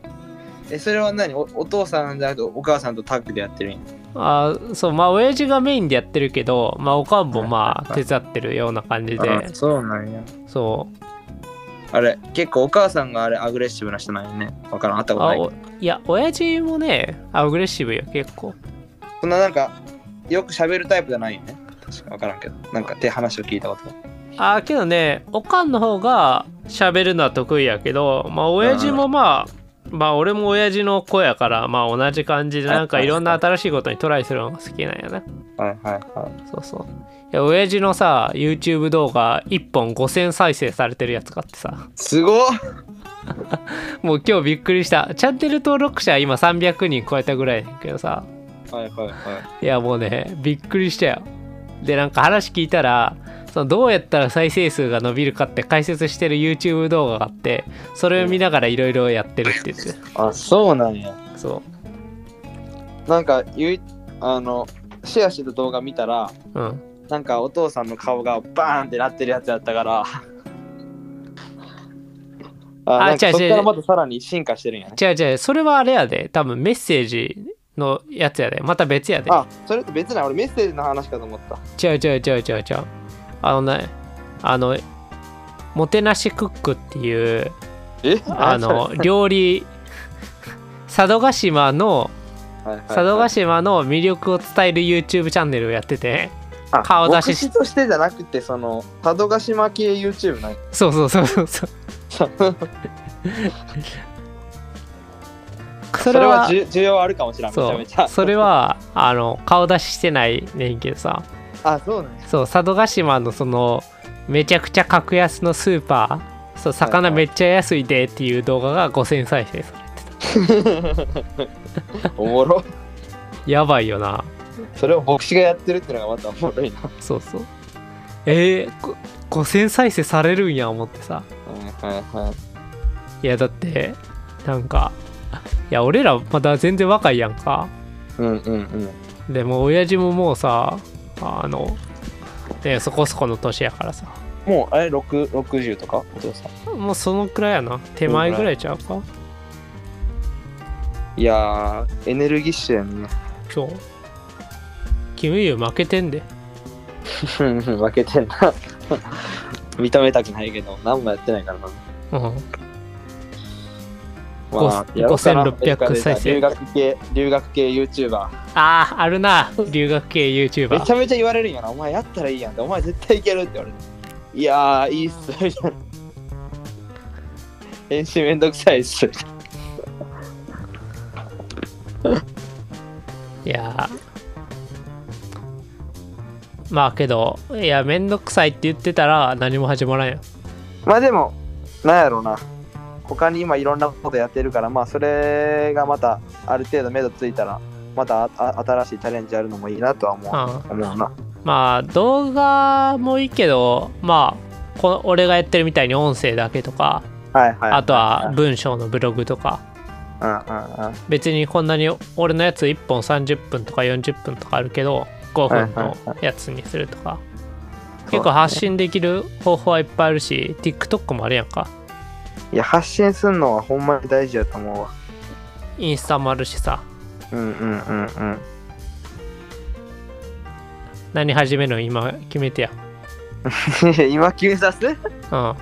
S2: えそれは何おお父さんじゃなくてお母さんとタッグでやってるんや
S3: あーそうまあ親父がメインでやってるけどまあおかんもまあ
S2: はい
S3: 手伝ってるような感じ
S2: あ
S3: で
S2: ーそうなんや
S3: そう
S2: あれ結構お母さんがあれアグレッシブな人なんやねわからん会ったこと
S3: あ
S2: ないけど
S3: おいや親父もねアグレッシブよ結構
S2: そんななんかよく喋るタイプじゃないよね確か分からんけどなんかって話を聞いたこと
S3: あーけどねおかんの方が喋るのは得意やけどまあ親父もまあ、まあ俺も親父の子やからまあ同じ感じでなんかいろんな新しいことにトライするのが好きなんやな
S2: はいはいはい
S3: そうそういや親父のさ YouTube 動画1本5000再生されてるやつ買ってさ
S2: すごっ
S3: もう今日びっくりしたチャンネル登録者今300人超えたぐらいだけどさ
S2: はいはいはい
S3: やもうねびっくりしたよでなんか話聞いたらそのどうやったら再生数が伸びるかって解説してる YouTube 動画があってそれを見ながらいろいろやってるって言って
S2: いあそうなんや
S3: そ
S2: なんかゆいあのシェアしてた動画見たら
S3: ううん
S2: なんかお父さんの顔がバーンってなってるやつやったからあ
S3: あ
S2: なんか
S3: 違う
S2: そっ
S3: 違う
S2: からまたさらに進化してるんやね
S3: 違う違うそれはあれやで多分メッセージのやつやでまた別やで
S2: あそれと別な俺メッセージの話かと思った
S3: 違う違う違う違う違うあのねあのもてなしクックっていう
S2: え
S3: あの料理佐渡島の佐渡島の魅力を伝える YouTube チャンネルをやってて
S2: あ
S3: 顔出し
S2: 牧師としてじゃなくてその佐渡島系 YouTube なん
S3: そうそうそう そうそう
S2: そ
S3: そ
S2: れ
S3: れ
S2: は
S3: は
S2: 需需要あるかもしれんめち
S3: そ
S2: ゃ
S3: う
S2: めちゃ
S3: それはあの顔出ししてないねんけどさ
S2: あそうなんや
S3: そう佐渡島のそのめちゃくちゃ格安のスーパーそう魚めっちゃ安いでっていう動画が5000再生されてた
S2: おもろ
S3: やばいよな
S2: それを牧師がやってるってのがまたおもろいな
S3: そうそうえー、こ5000再生されるんや思ってさ
S2: はいはいはい
S3: いやだってなんかいや俺らまだ全然若いやんか
S2: うんうんうん
S3: でも親父ももうさあのねそこそこの年やからさ
S2: もうあれ6 60とかお父さ
S3: もうそのくらいやな手前ぐらいちゃうか
S2: んいやーエネルギッシュやんね
S3: 今日キム・ユー負けてんで
S2: うんうん負けてんな認めたくないけど何もやってないからな
S3: うん
S2: まあ
S3: ご
S2: やろうかな
S3: 5600再生
S2: 留学系留学系 YouTuber
S3: あーあるな留学系
S2: め
S3: YouTuber
S2: ちゃめちゃ言われるんやなお前やったらいいやんってお前絶対いけるって言われるいやーいいっ すみたいな編集めんどくさいっすみたい
S3: いやーまあけどいやめんどくさいって言ってたら何も始まらんよ
S2: なまあでもなんやろうな他に今いろんなことやってるからまあそれがまたある程度目処ついたらまたああ新しいチャレンジやるのもいいなとは思う
S3: うん
S2: 思うな
S3: まあ動画もいいけどまあこの俺がやってるみたいに音声だけとか
S2: はいはい
S3: あとは文章のブログとか
S2: うんうんうん
S3: 別にこんなに俺のやつ1本30分とか40分とかあるけど5分のやつにするとか結構発信できる方法はいっぱいあるし TikTok もあるやんか
S2: いや発信するのはほんまに大事やと思うわ
S3: インスタもあるしさ
S2: うんうんうんうん
S3: 何始めるの今決めてや
S2: 今決めさせ
S3: うんあ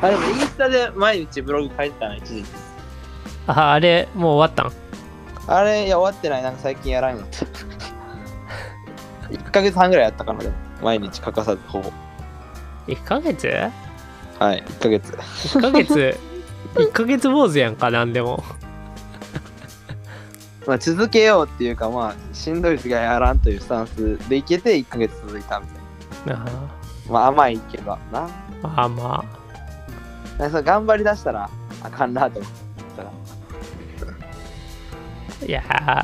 S2: あでもインスタで毎日ブログ書いてたの一時期
S3: あれもう終わったん
S2: あれいや終わってないなんか最近やら んよって1ヶ月半ぐらいやったかなでも毎日欠かさずほぼ
S3: 1ヶ月
S2: はい1ヶ月
S3: ?1 ヶ 月1ヶ月坊主やんか何でも
S2: まあ続けようっていうかまあしんどい時はやらんというスタンスでいけて1ヶ月続いたみたいな
S3: ああ
S2: まあ甘いけどな
S3: まあま
S2: なんかその頑張りだしたらあかんなと思ったら
S3: あいや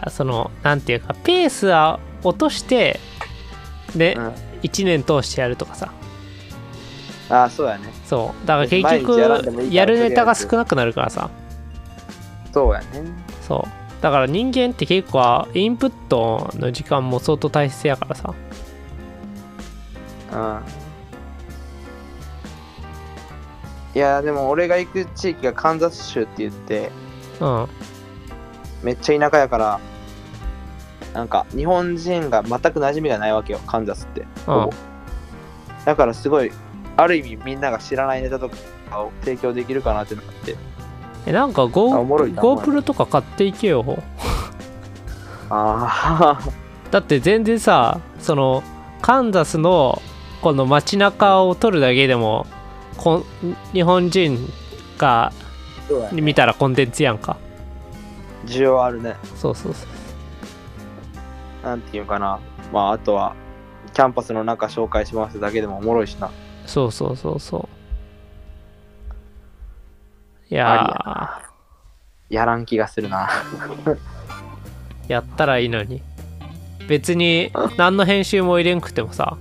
S3: ーそのなんていうかペースは落としてで、
S2: うん
S3: 1年通してやるとかさ
S2: ああそうやね
S3: そうだから結
S2: 毎
S3: 局
S2: 日や
S3: や
S2: らんでもいいから
S3: るネタが
S2: とりあえ
S3: 少
S2: ず
S3: なくなるからさ
S2: そうやね
S3: そうだから人間って結構インプットの時間も相当大切やからさ
S2: うんいやでも俺が行く地域がカンザス州って言って
S3: うん
S2: めっちゃ田舎やからなんか日本人が全く馴染みがないわけよカンザスって、
S3: うん
S2: ほぼだからすごいある意味みんなが知らないネタとかを提供できるかなってなって
S3: えなんか
S2: あ
S3: Go
S2: おもろいな
S3: GoPro とか買っていけよ
S2: あ
S3: だって全然さそのカンザスのこの街中を撮るだけでもこん日本人
S2: あ
S3: が 見たらコンテンツやんか
S2: 需要あるね
S3: そうそうそう
S2: なんていうかなまああとはキャンパスの中紹介しますだけでもおもろいしな
S3: そうそうそうそういや
S2: ありやなやらん気がするな
S3: ーやったらいいのに別に何の編集も入れんくてもさ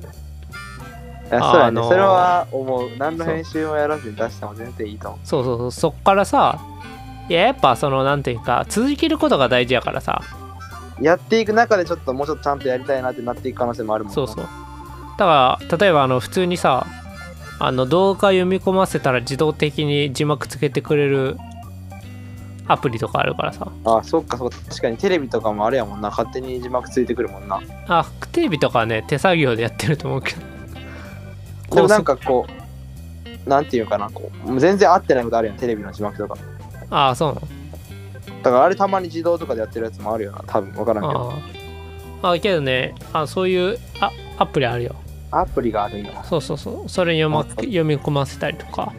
S2: いやそうやね、
S3: あのー
S2: それは思う何の編集もやらずに出しても全然いいと思
S3: そうそうそうそっからさいややっぱそのなんていうか続けることが大事やからさ
S2: うやっていく中でちょっともうちょっとちゃんとやりたいなってなっていく可能性もあるもんな
S3: そうそうだから例えばあの普通にさあの動画読み込ませたら自動的に字幕つけてくれるアプリとかあるからさ
S2: あ、そっかそっか。確かにテレビとかもあれやもんな。勝手に字幕ついてくるもんな。
S3: あテレビとかはね手作業でやってると思うけど
S2: でもなんかこう、なんていうかな、こう、全然合ってないことあるやん、テレビの字幕とか。
S3: ああそうなの
S2: だからあれたまに自動とかでやってるやつもあるよな、多分わからんけど。
S3: あーあけどねあそういうあアプリあるよ
S2: アプリがあるんや。
S3: そうそうそうそれに読,、ま、
S2: あ
S3: 読み込ませたりとか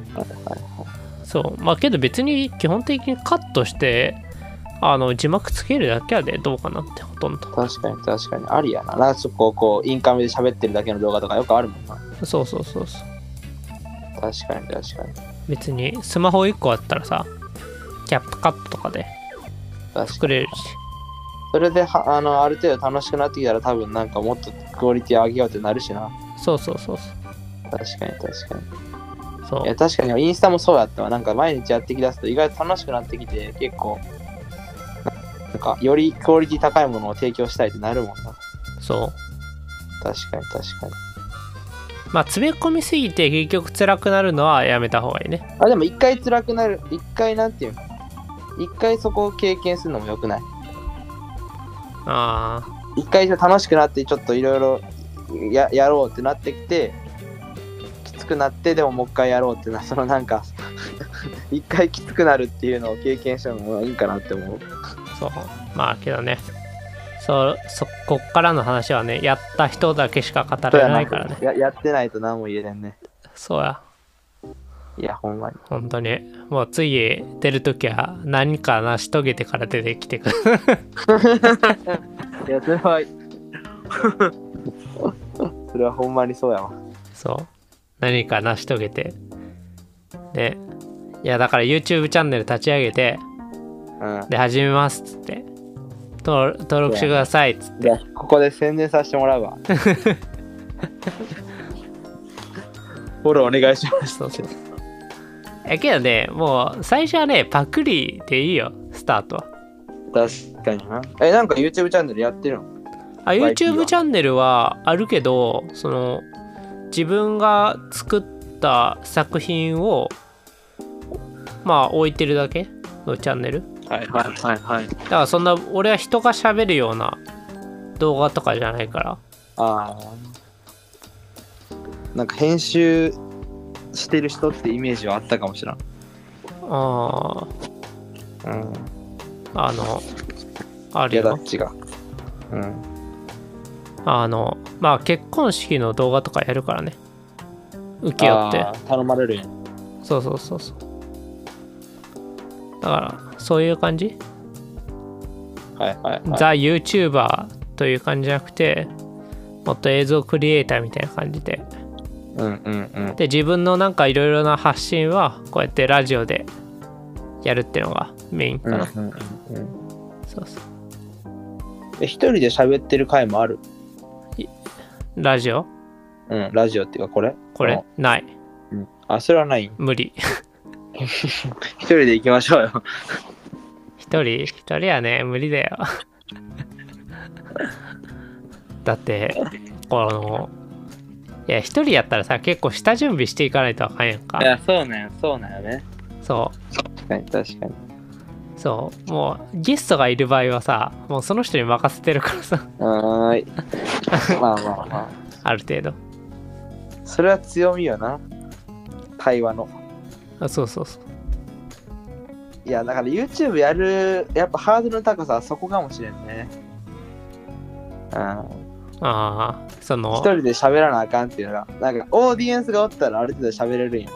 S3: そうまあけど別に基本的にカットしてあの字幕つけるだけやでどうかなってほとんど
S2: 確かに確かに。ありやな。なんかちょっとこう、こうインカメで喋ってるだけの動画とかよくあるもんな。
S3: そうそうそうそう
S2: 確かに確かに。
S3: 別にスマホ1個あったらさキャップカットとかで
S2: 確か
S3: 作
S2: に。
S3: れるし
S2: それではあの、ある程度楽しくなってきたら多分なんかもっとクオリティ上げようってなるしな。
S3: そうそうそうそ
S2: 確かに確かに。
S3: うそ
S2: いうや確かにインスタもそうやったわなんか毎日やってきだすと意外と楽しくなってきて結構なんかよりクオリティ高いものを提供したいってなるもんな
S3: そう
S2: 確かに確かに
S3: まあ詰め込みすぎて結局辛くなるのはやめた方がいいね
S2: あでも一回辛くなる一回なんていうの一回そこを経験するのもよくない
S3: ああ
S2: 一回楽しくなってちょっといろいろややろうってなってきてきつくなってでももう一回やろうってなそのなんか 一回きつくなるっていうのを経験したのもいいんかなって思う
S3: そうまあけどねそうそこっからの話はねやった人だけしか語られないからね
S2: ややってないと何も言えれんね
S3: そうや
S2: いやほんまに
S3: 本当にもう次出るときは何か成し遂げてから出てきて
S2: い
S3: く
S2: や、それ は。それはほんまにそうやわ。
S3: そう何か成し遂げてねいやだから YouTube チャンネル立ち上げて
S2: うん。
S3: で始めますっつって登登録してくださいっつって
S2: で、ここで宣伝させてもらうわ。 フォローお願いします。
S3: そうそうえけどねもう最初はねパクリでいいよスタートは
S2: 確かにな。え、なんか YouTube チャンネルやってるの
S3: あ
S2: YP は
S3: YouTube チャンネルはあるけどその自分が作った作品をまあ置いてるだけのチャンネル
S2: はいはいはいはい。
S3: だからそんな俺は人が喋るような動画とかじゃないから
S2: ああ。なんか編集してる人ってイメージはあったかもしれん。
S3: あ
S2: うん。
S3: ーあのあ
S2: い
S3: れ
S2: やだ
S3: よ
S2: っちが。うん。
S3: あのまあ結婚式の動画とかやるからね浮世って
S2: あー頼まれるやん。
S3: そうそうそうそうだからそういう感じ
S2: はいはいはい。
S3: ザ・ YouTuber という感じじゃなくてもっと映像クリエイターみたいな感じで
S2: うんうんうん。
S3: で自分のなんかいろいろな発信はこうやってラジオでやるっていうのがメインか
S2: うんう
S3: な、
S2: んうんうん。
S3: そうそう
S2: え一人で喋ってる回もある。
S3: ラジオ
S2: うん、ラジオっていうかこれ
S3: これない
S2: あ、それはない。
S3: 無理
S2: 一人で行きましょうよ。
S3: 一人一人はね無理だよ だってこのいや一人やったらさ結構下準備していかないとあかんやんか
S2: いや、そうなんよ、そうなんよね。
S3: そう
S2: 確かに、確かに。
S3: そうもうゲストがいる場合はさもうその人に任せてるからさ
S2: はーい。 まあまあま
S3: ある程度
S2: あ。それは強みよな。会話の。
S3: あそうそうそう
S2: いや、だから YouTube やる、やっぱハードルの高さはそこかもしれんね。うん、
S3: ああそ
S2: 一
S3: の
S2: 人で喋らなあかんっていうのが、なんかオーディエンスがおったらある程度喋れるんや。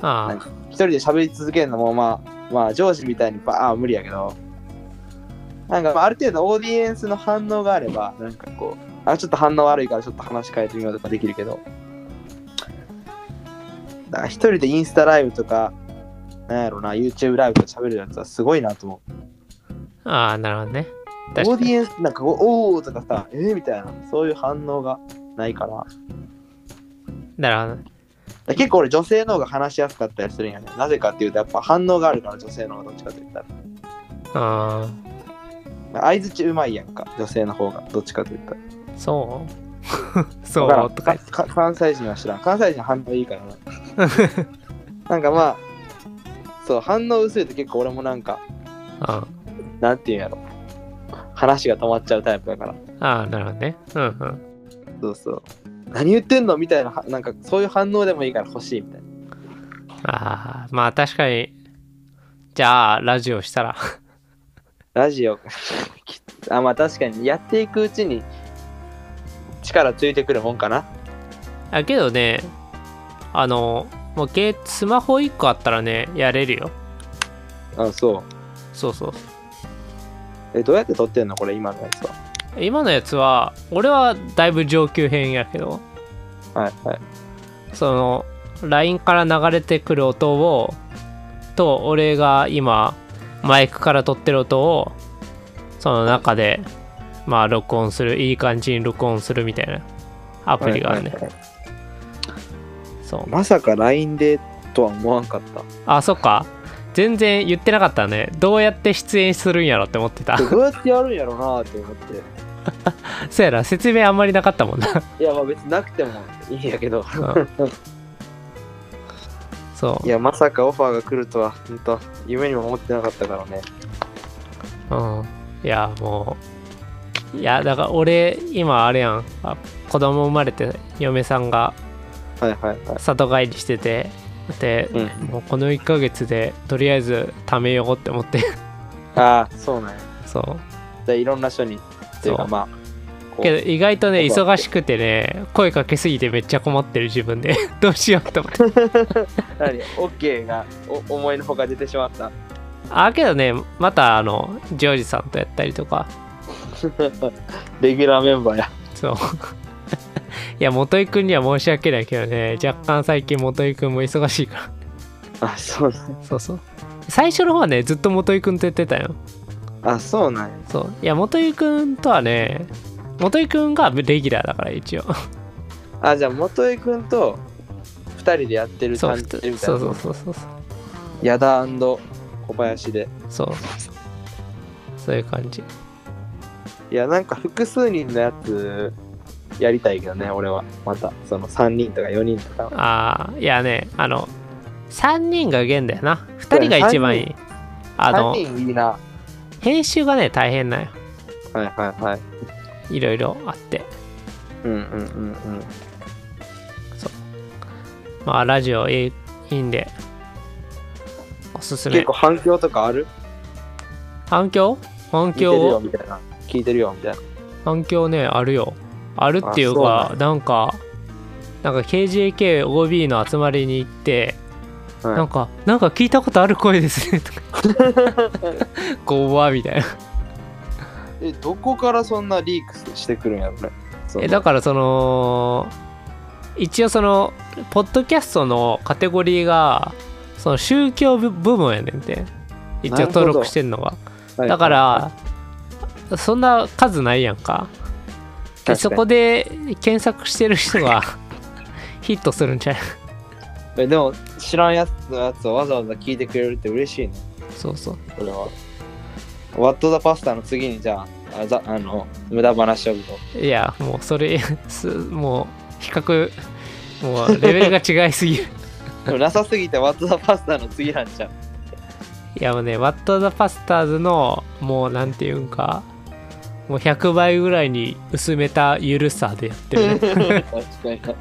S2: な
S3: あ
S2: んか一人で喋り続けるのもまあまあ上司みたいにバーン無理やけどなんかまあある程度オーディエンスの反応があればなんかこうあちょっと反応悪いからちょっと話変えてみようとかできるけどだから一人でインスタライブとかなんやろな YouTube ライブとか喋るやつはすごいなと思う
S3: あああなるほどね
S2: オ
S3: 確
S2: ー
S3: か
S2: ディ
S3: に
S2: エンスなんかこうおおーとかさえー、みたいなそういう反応がないからだか
S3: なるほどね
S2: ら結構俺女性の方が話しやすかったりするんやねなぜかっていうとやっぱ反応があるから女性の方がどっちかといったら
S3: あ
S2: 相づちうまいやんか女性の方がどっちかといったら
S3: あそうそ
S2: わからん
S3: うと か言って
S2: かか関西人は知らん関西人は反応いいから ななんかまあそう反応薄いと結構俺もなんか
S3: あ
S2: なんていうんやろ話が止まっちゃうタイプだから
S3: あー、なるほどね。うんうん。
S2: そうそう何言ってんのみたいなはなんかそういう反応でもいいから欲しいみたいな
S3: ああ、まあ確かに。じゃあ、ラジオしたら。
S2: ラジオ きあまあ確かにやっていくうちに力ついてくるもんかな
S3: あけどね、あの、もうけスマホ1個あったらね、やれるよ。
S2: うんそう
S3: そうそう。
S2: えどうやって撮ってんのこれ今のやつは
S3: 今のやつは、俺はだいぶ上級編やけど、
S2: はいはい
S3: その、LINE から流れてくる音を、と、俺が今、マイクから撮ってる音を、その中で、まあ、録音する、いい感じに録音するみたいなアプリがあるね。
S2: はいはいはい
S3: そう。
S2: まさか LINE でとは思わんかった
S3: あ、そっか。全然言ってなかったね。どうやって出演するんやろって思って た
S2: で。どうやってやるんやろうなって思って
S3: そうやな、説明あんまりなかったもんな。
S2: いやまあ別になくてもいいんやけど
S3: うんそ
S2: いやまさかオファーが来るとは本当夢にも思ってなかったからね
S3: う。うん。いや、もう。いや、だから俺、今あれやん。あ子供生まれて、嫁さんが
S2: はいはいはい
S3: 里帰りしてて、で、
S2: うん
S3: もうこの1ヶ月で、とりあえず貯めようって思って。
S2: ああそうなんや
S3: そう。
S2: でいろんな人にっていうか
S3: そう
S2: まあこう
S3: けど意外とね、
S2: ここは
S3: 忙しくてね、声かけすぎてめっちゃ困ってる自分で。 どうしようと思って。
S2: 何 OK がお思いのほか出てしまった
S3: あ、けどね、またあの、ジョージさんとやったりとか。
S2: レギュラーメンバーや
S3: そう。 いや、元井くんには申し訳ないけどね、若干最近元井くんも忙しいか
S2: あそうなん
S3: ら。そうそう。最初の方はね、ずっと元井くんとやってたよ。
S2: あそうなんや
S3: そう。いや、元井くんとはね、元井くんがレギュラーだか ら、一応。
S2: あじゃあ元井くんと2人でやってる
S3: そう、
S2: 感
S3: ふ
S2: じみた
S3: つ
S2: いな
S3: そうそうそうそう。
S2: 矢田小林で
S3: そう。そういう感じ。
S2: いやなんか複数人のやつやりたいけどね俺はまたその3人とか4人とか
S3: ああ、いやね、あの、3人が限だよな。2人が一番いい。あの、
S2: 3人いいな
S3: 編集がね、大変なんよ。
S2: はいはいはい
S3: いろいろあって。
S2: うんうんうんうん
S3: まあ、ラジオいいいいんで、おすすめ
S2: 結構。反響とかある
S3: 反響反
S2: 聞いてるよ
S3: 響
S2: みたいな聞いてるよみたいな
S3: 反響ね、あるよ。あるっていう
S2: あ
S3: か、
S2: そう
S3: なんか、なんか KJKOB の集まりに行って、
S2: はい
S3: なんか、なんか聞いたことある声で すね、とか。こうわ、みたいな。
S2: えどこからそんなリークしてくるんやろねその
S3: えだからその一応そのポッドキャストのカテゴリーがその宗教部部門やねんて一応
S2: なるほど
S3: 登録してんのが
S2: はい
S3: だからそんな数ないやんかで
S2: 確かに
S3: そこで検索してる人が ヒットするんじゃない
S2: えでも知らんやつのやつをわざわざ聞いてくれるって嬉しいね
S3: そうそう
S2: これは What the Pasta の次にじゃああざあの無駄話を ぶと
S3: いやもうそれすもう比較もうレベルが違いす ぎる
S2: でもなさすぎて What the Pasta の次なんじゃん
S3: いやもうね、ワット・ザ・パスターズの、もうなんていうんか、もう100倍ぐらいに薄めたゆるさでやってる、ね。
S2: 確かにな。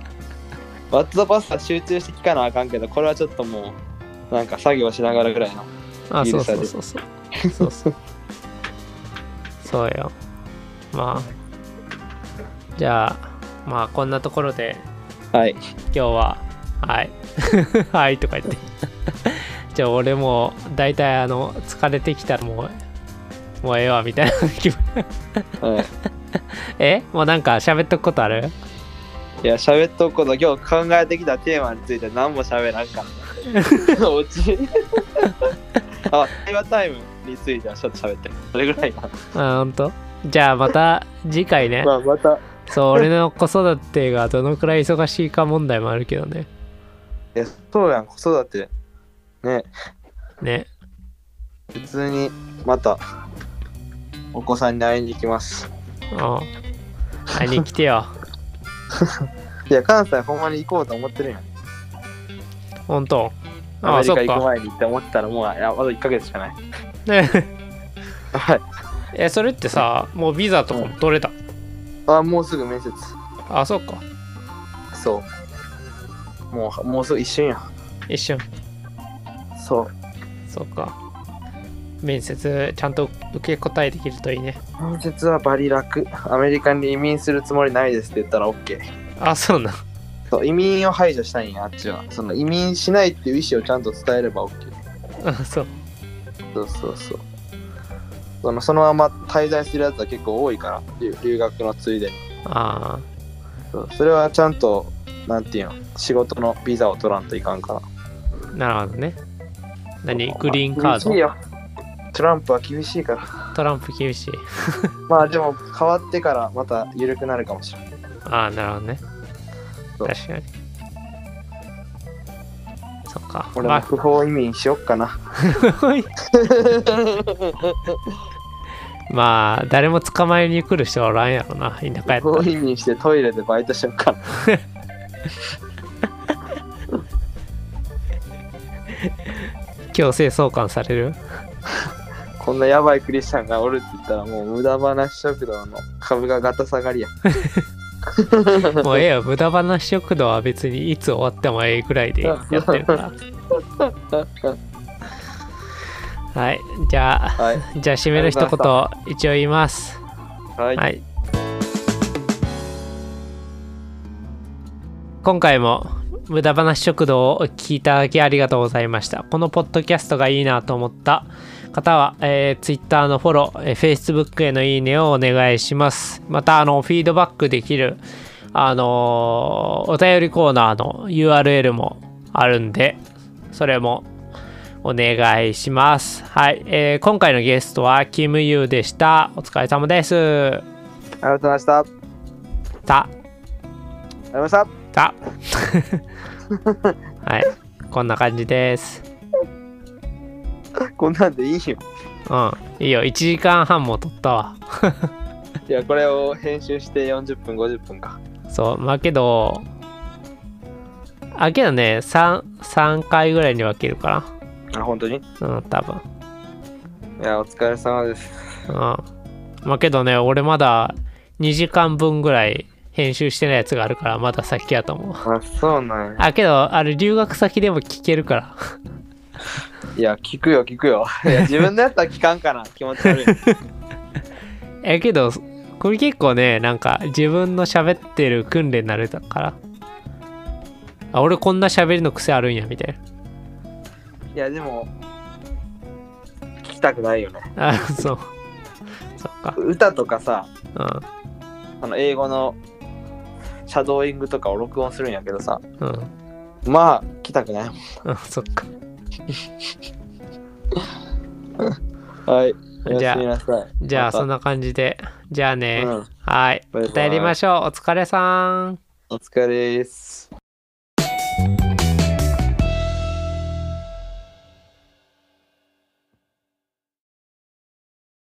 S2: バットパスタ集中して聞かなあかんけど、これはちょっともう、なんか作業しながらぐらいの。
S3: あ、
S2: ゆ
S3: そう
S2: る
S3: そ
S2: さ
S3: う
S2: で
S3: そうそう。そうそう。そうよ。まあ。じゃあ、まあこんなところで、
S2: はい。
S3: 今日は、はい。 はいとか言って。じゃあ俺も、だいたいあの、疲れてきたらもう、もうええわみたいな気分。
S2: はい、
S3: えもうなんか喋っとくことある
S2: いや、喋っとくこと、今日考えてきたテーマについて何も喋らんか った。落ち。あ、対話タイムについてはちょっと喋ってる。それぐらいか
S3: あ、ほんとじゃあまた次回ね
S2: な。。まあ、また。
S3: そう、俺の子育てがどのくらい忙しいか問題もあるけどね。
S2: え、そうやん、子育て。ね、
S3: ね。
S2: 普通に、また、お子さんに会いに行きます。
S3: うん。会いに来てよ。
S2: いや、関西ほんまに行こうと思ってるやん。
S3: ほんと。
S2: ア
S3: あ
S2: メ
S3: あ、
S2: リ
S3: そ
S2: カ
S3: っ
S2: 行く
S3: か。
S2: 前にって思ってたらもうああと1ヶ月しかない。
S3: ね
S2: はい。
S3: えそれってさもうビザとかも取れた
S2: あ、もうすぐ面接。
S3: あそうか
S2: そう。もう、もうすぐ一瞬や。
S3: 一瞬
S2: そう。
S3: そうか面接ちゃんと受け答えできるといいね
S2: 面接はバリ楽。アメリカに移民するつもりないですって言ったら OK。
S3: あそうなん
S2: そう、移民を排除したいんや、あっちは。その移民しないっていう意思をちゃんと伝えれば OK。
S3: あそう
S2: そうそうそう。そのそのまま滞在するやつは結構多いから、留留学のついでに。
S3: あ
S2: そうそれはちゃんと、なんていうの、仕事のビザを取らんといかんから。
S3: ーなるほどね何グリーンカ
S2: 厳しい
S3: ー
S2: よ。トランプは厳しいから。
S3: ドトランプ厳しい
S2: まあでも変わってからまた緩くなるかもしれない。
S3: ああなるほどね
S2: そう
S3: 確かにそっか
S2: 俺も不法移民しよっかな。
S3: まあ まあ誰も捕まえに来る人はおらんやろな田舎やったら
S2: 不法移民してトイレでバイトしよっかな。
S3: 強制送還される
S2: こんなやばいクリスチャンがおるって言ったらもう無駄話食堂の株がガタ下がりや。
S3: もうええよ無駄話食堂は別にいつ終わってもええぐらいでやってるからはいじゃあ
S2: はい。
S3: じゃあ締める一
S2: あ
S3: 言
S2: りがとうござ
S3: 一応言います
S2: はい。
S3: はい今回も無駄話食堂をお聞きいただきありがとうございましたこのポッドキャストがいいなと思った方は、えー、Twitter のフォロー、えー Facebook へのいいねをお願いしますまたあのフィードバックできるあのーお便りコーナーの URL もあるんでそれもお願いしますはい、えー今回のゲストはキムユーでしたお疲れ様です
S2: ありがとうございました。ありがとう
S3: た
S2: ございました。
S3: た はいこんな感じです
S2: こんなんでいいよ。
S3: うんいいよ1時間半も撮ったわ
S2: いや、これを編集して40分、50分か。
S3: そうまあけどあけどね 3, 三回ぐらいに分けるか
S2: あ、本当にい
S3: なうん多分
S2: や、お疲れ様です。
S3: うんまあけどね俺まだ2時間分ぐらい編集してないやつがあるからまだ先やと思う
S2: あ、そうなんや。
S3: あけどあれ留学先でも聞けるから
S2: いや、聞くよ、聞くよ。いや、自分のやったら聞かんかな。気持ち悪い。
S3: えけどこれ結構ねなんか自分の喋ってる訓練になれたからあ俺こんな喋りの癖あるんやみたい
S2: いや、でも、聞きたくないよね。
S3: なあそうそっか
S2: 歌とかさ、
S3: う
S2: あの、英語のシャドーイングとかを録音するんやけどさ、
S3: んうん
S2: まあ、聞きたくないも
S3: あそっか
S2: ん。はい。お
S3: じゃあ
S2: やすみなさい。
S3: じゃあそん
S2: な、
S3: な感じでじゃあね、
S2: うん
S3: はい
S2: バイバイ
S3: またやりましょうお疲れさん
S2: お疲れです。